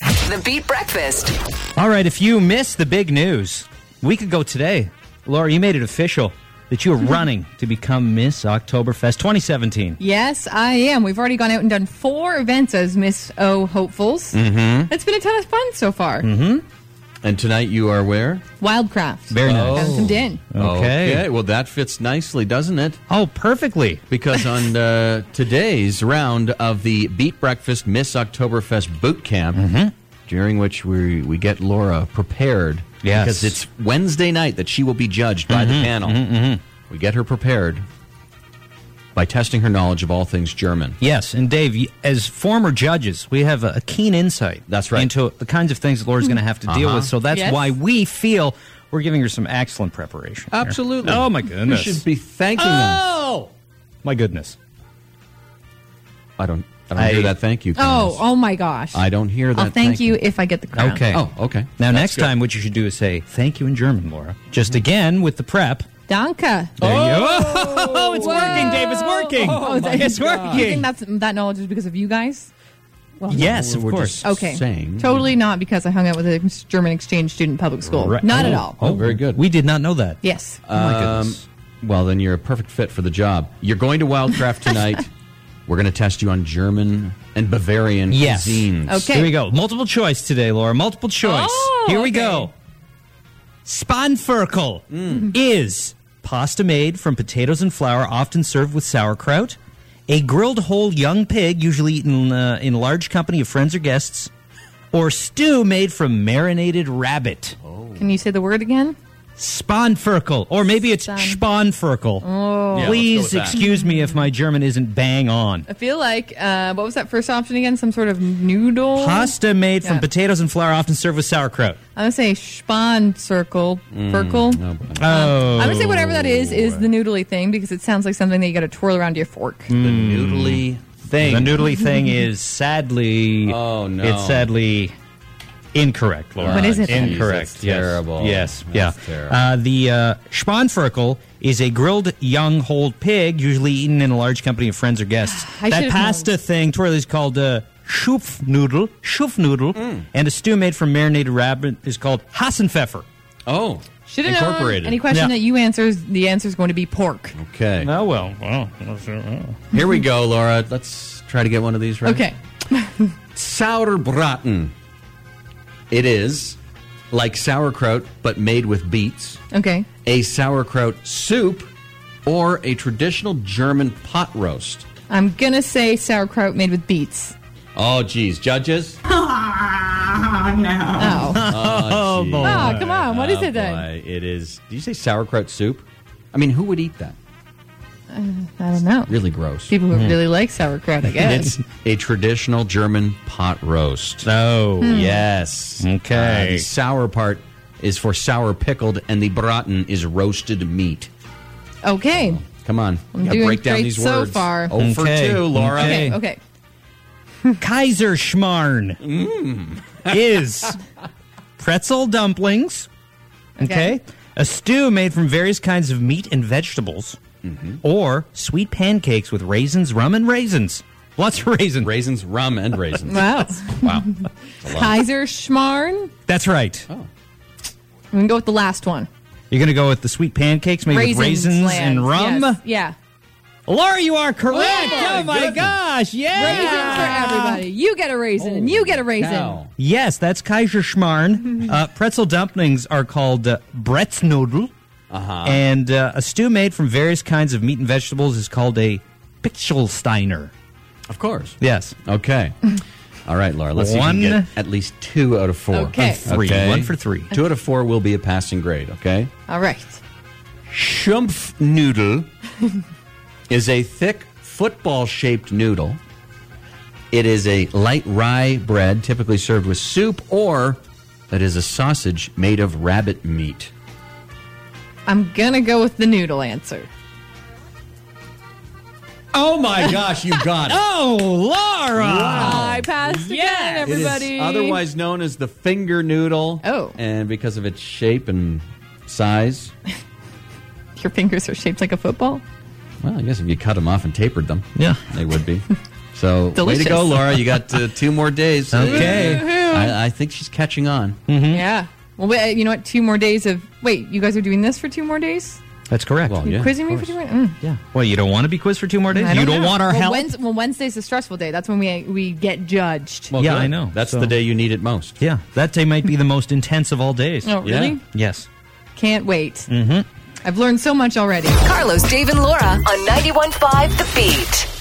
the Beat Breakfast. All right, if you missed the big news, a week ago today, Laura, you made it official that you're running to become Miss Oktoberfest 2017. Yes, I am. We've already gone out and done four events as Miss O hopefuls. Mm-hmm. It's been a ton of fun so far. And tonight you are where? Oh. Wildcraft. Very nice. Found some din. Oh, Okay. Well, that fits nicely, doesn't it? Oh, perfectly. Because on uh, today's round of the Beat Breakfast Miss Oktoberfest Boot Camp, Mm-hmm. during which we we get Laura prepared, Yes. Mm-hmm. because it's Wednesday night that she will be judged by the panel. We get her prepared by testing her knowledge of all things German. Yes, and Dave, y- as former judges, we have a a keen insight. That's right. Uh-huh. Into the kinds of things that Laura's going to have to deal with. So that's Yes. why we feel we're giving her some excellent preparation. here. Absolutely. Oh my You goodness. should be thanking us. oh my goodness. I don't. I don't I- hear that. Thank you. Oh, Candace. oh my gosh. I don't hear that. I'll thank you if I get the crown. Okay. Oh, okay. Now That's next good. time, what you should do is say thank you in German, Laura. Just again with the prep. Danke. There you go. it's working, Dave. It's working. Oh, thank it's Do you think working. that's, that knowledge is because of you guys? yes, of We're course. just Okay. saying. Totally not because I hung out with a German exchange student in public school. Right. Not at all. Oh, very good. We did not know that. Yes. Oh, my goodness. Well, then you're a perfect fit for the job. You're going to Wildcraft tonight. We're going to test you on German and Bavarian Yes. cuisines. Okay. Here we go. Multiple choice today, Laura. Multiple choice. Oh, Here we okay. go. Spanferkel is pasta made from potatoes and flour, often served with sauerkraut. A grilled whole young pig, usually eaten uh, in large company of friends or guests, or stew made from marinated rabbit. Can you say the word again? Spanferkel, or maybe it's Spanferkel. let's go with Please that. excuse me if my German isn't bang on. I feel like, uh, what was that first option again? Some sort of noodle? Pasta made from Yeah. potatoes and flour, often served with sauerkraut. I'm going to say span circle. Ferkel. Oh, I'm going to say whatever that is, is the noodly thing because it sounds like something that you got to twirl around your fork. The noodly thing. The noodly thing is sadly. Oh, no. It's sadly incorrect, Laura. What is it then? Incorrect. Jeez, that's yes. terrible. Yes. That's yeah. terrible. Uh, the uh, Spanferkel is a grilled young whole pig, usually eaten in a large company of friends or guests. I that should've pasta known. thing, twirly, is called. Uh, Schupfnudel, Schupfnudel, Hmm. and a stew made from marinated rabbit is called Hassenpfeffer. Oh, Should have known. incorporated. Any question Yeah. that you answers, the answer is going to be pork. Okay. Oh, well, uh, well. Here we go, Laura. Let's try to get one of these right. Okay. Sauerbraten. It is like sauerkraut, but made with beets. Okay. A sauerkraut soup, or a traditional German pot roast. I'm going to say sauerkraut made with beets. Oh, geez, judges. Oh. Oh, boy. oh, come on. What is Oh, it then? boy. It is. Did you say sauerkraut soup? I mean, who would eat that? I don't know. Really gross. People who really like sauerkraut, I guess. It's a traditional German pot roast. No. Hmm. Yes. Mm. Okay. Uh, the sour part is for sour pickled, and the braten is roasted meat. okay. Come on, I'm You gotta doing break down great these so words. far. Oh, for Okay. two, Laura. Okay. Okay. Okay. Kaiser Schmarrn is pretzel dumplings, okay. Okay. A stew made from various kinds of meat and vegetables, or sweet pancakes with raisins, rum, and raisins. Lots of raisins. Raisins, rum, and raisins. Wow. wow. Kaiser Schmarrn. That's right. Oh. I'm going to go with the last one. You're going to go with the sweet pancakes made Raisins, with raisins lands. and rum. Yes. Yeah. Laura, you are correct. Oh, Oh, my goodness. gosh. Yeah. Raisins for everybody. You get a raisin, and you get a raisin. Cow. Yes, that's Kaiser Schmarrn. uh, pretzel dumplings are called uh, Bretznudel. Uh-huh. And uh, a stew made from various kinds of meat and vegetables is called a Pichelsteiner. Of course. Yes. Okay. All right, Laura. Let's One. see if we can get at least two out of four. Okay. Of three. One for three. Two out of four will be a passing grade. Okay. All right. Schumpfnoodle is a thick football-shaped noodle. It is a light rye bread, typically served with soup, or that is a sausage made of rabbit meat. I'm going to go with the noodle answer. Oh my gosh, you got it! Oh, Laura! I passed again, Oh, It is everybody. otherwise known as the finger noodle. Oh. And because of its shape and size, your fingers are shaped like a football. well, I guess if you cut them off and tapered them, Yeah. they would be. So, way Delicious. to go, Laura. You got uh, two more days. Okay. Hmm. soon. I, I think she's catching on. Yeah. Well, wait, you know what? Two more days of. Wait, you guys are doing this for two more days? That's correct. Well, Well, You Yeah, quizzing of me for two course. more mm. you don't want to be quizzed for two more days. I you don't know. want our well, help. Wednes- well, Wednesday's a stressful day. That's when we we get judged. Well, Yeah, good. I know. That's So- the day you need it most. yeah, that day might be the most intense of all days. oh, really? yeah. Yes. Can't wait. Mm-hmm. I've learned so much already. Carlos, Dave, and Laura on 91.5 The Beat.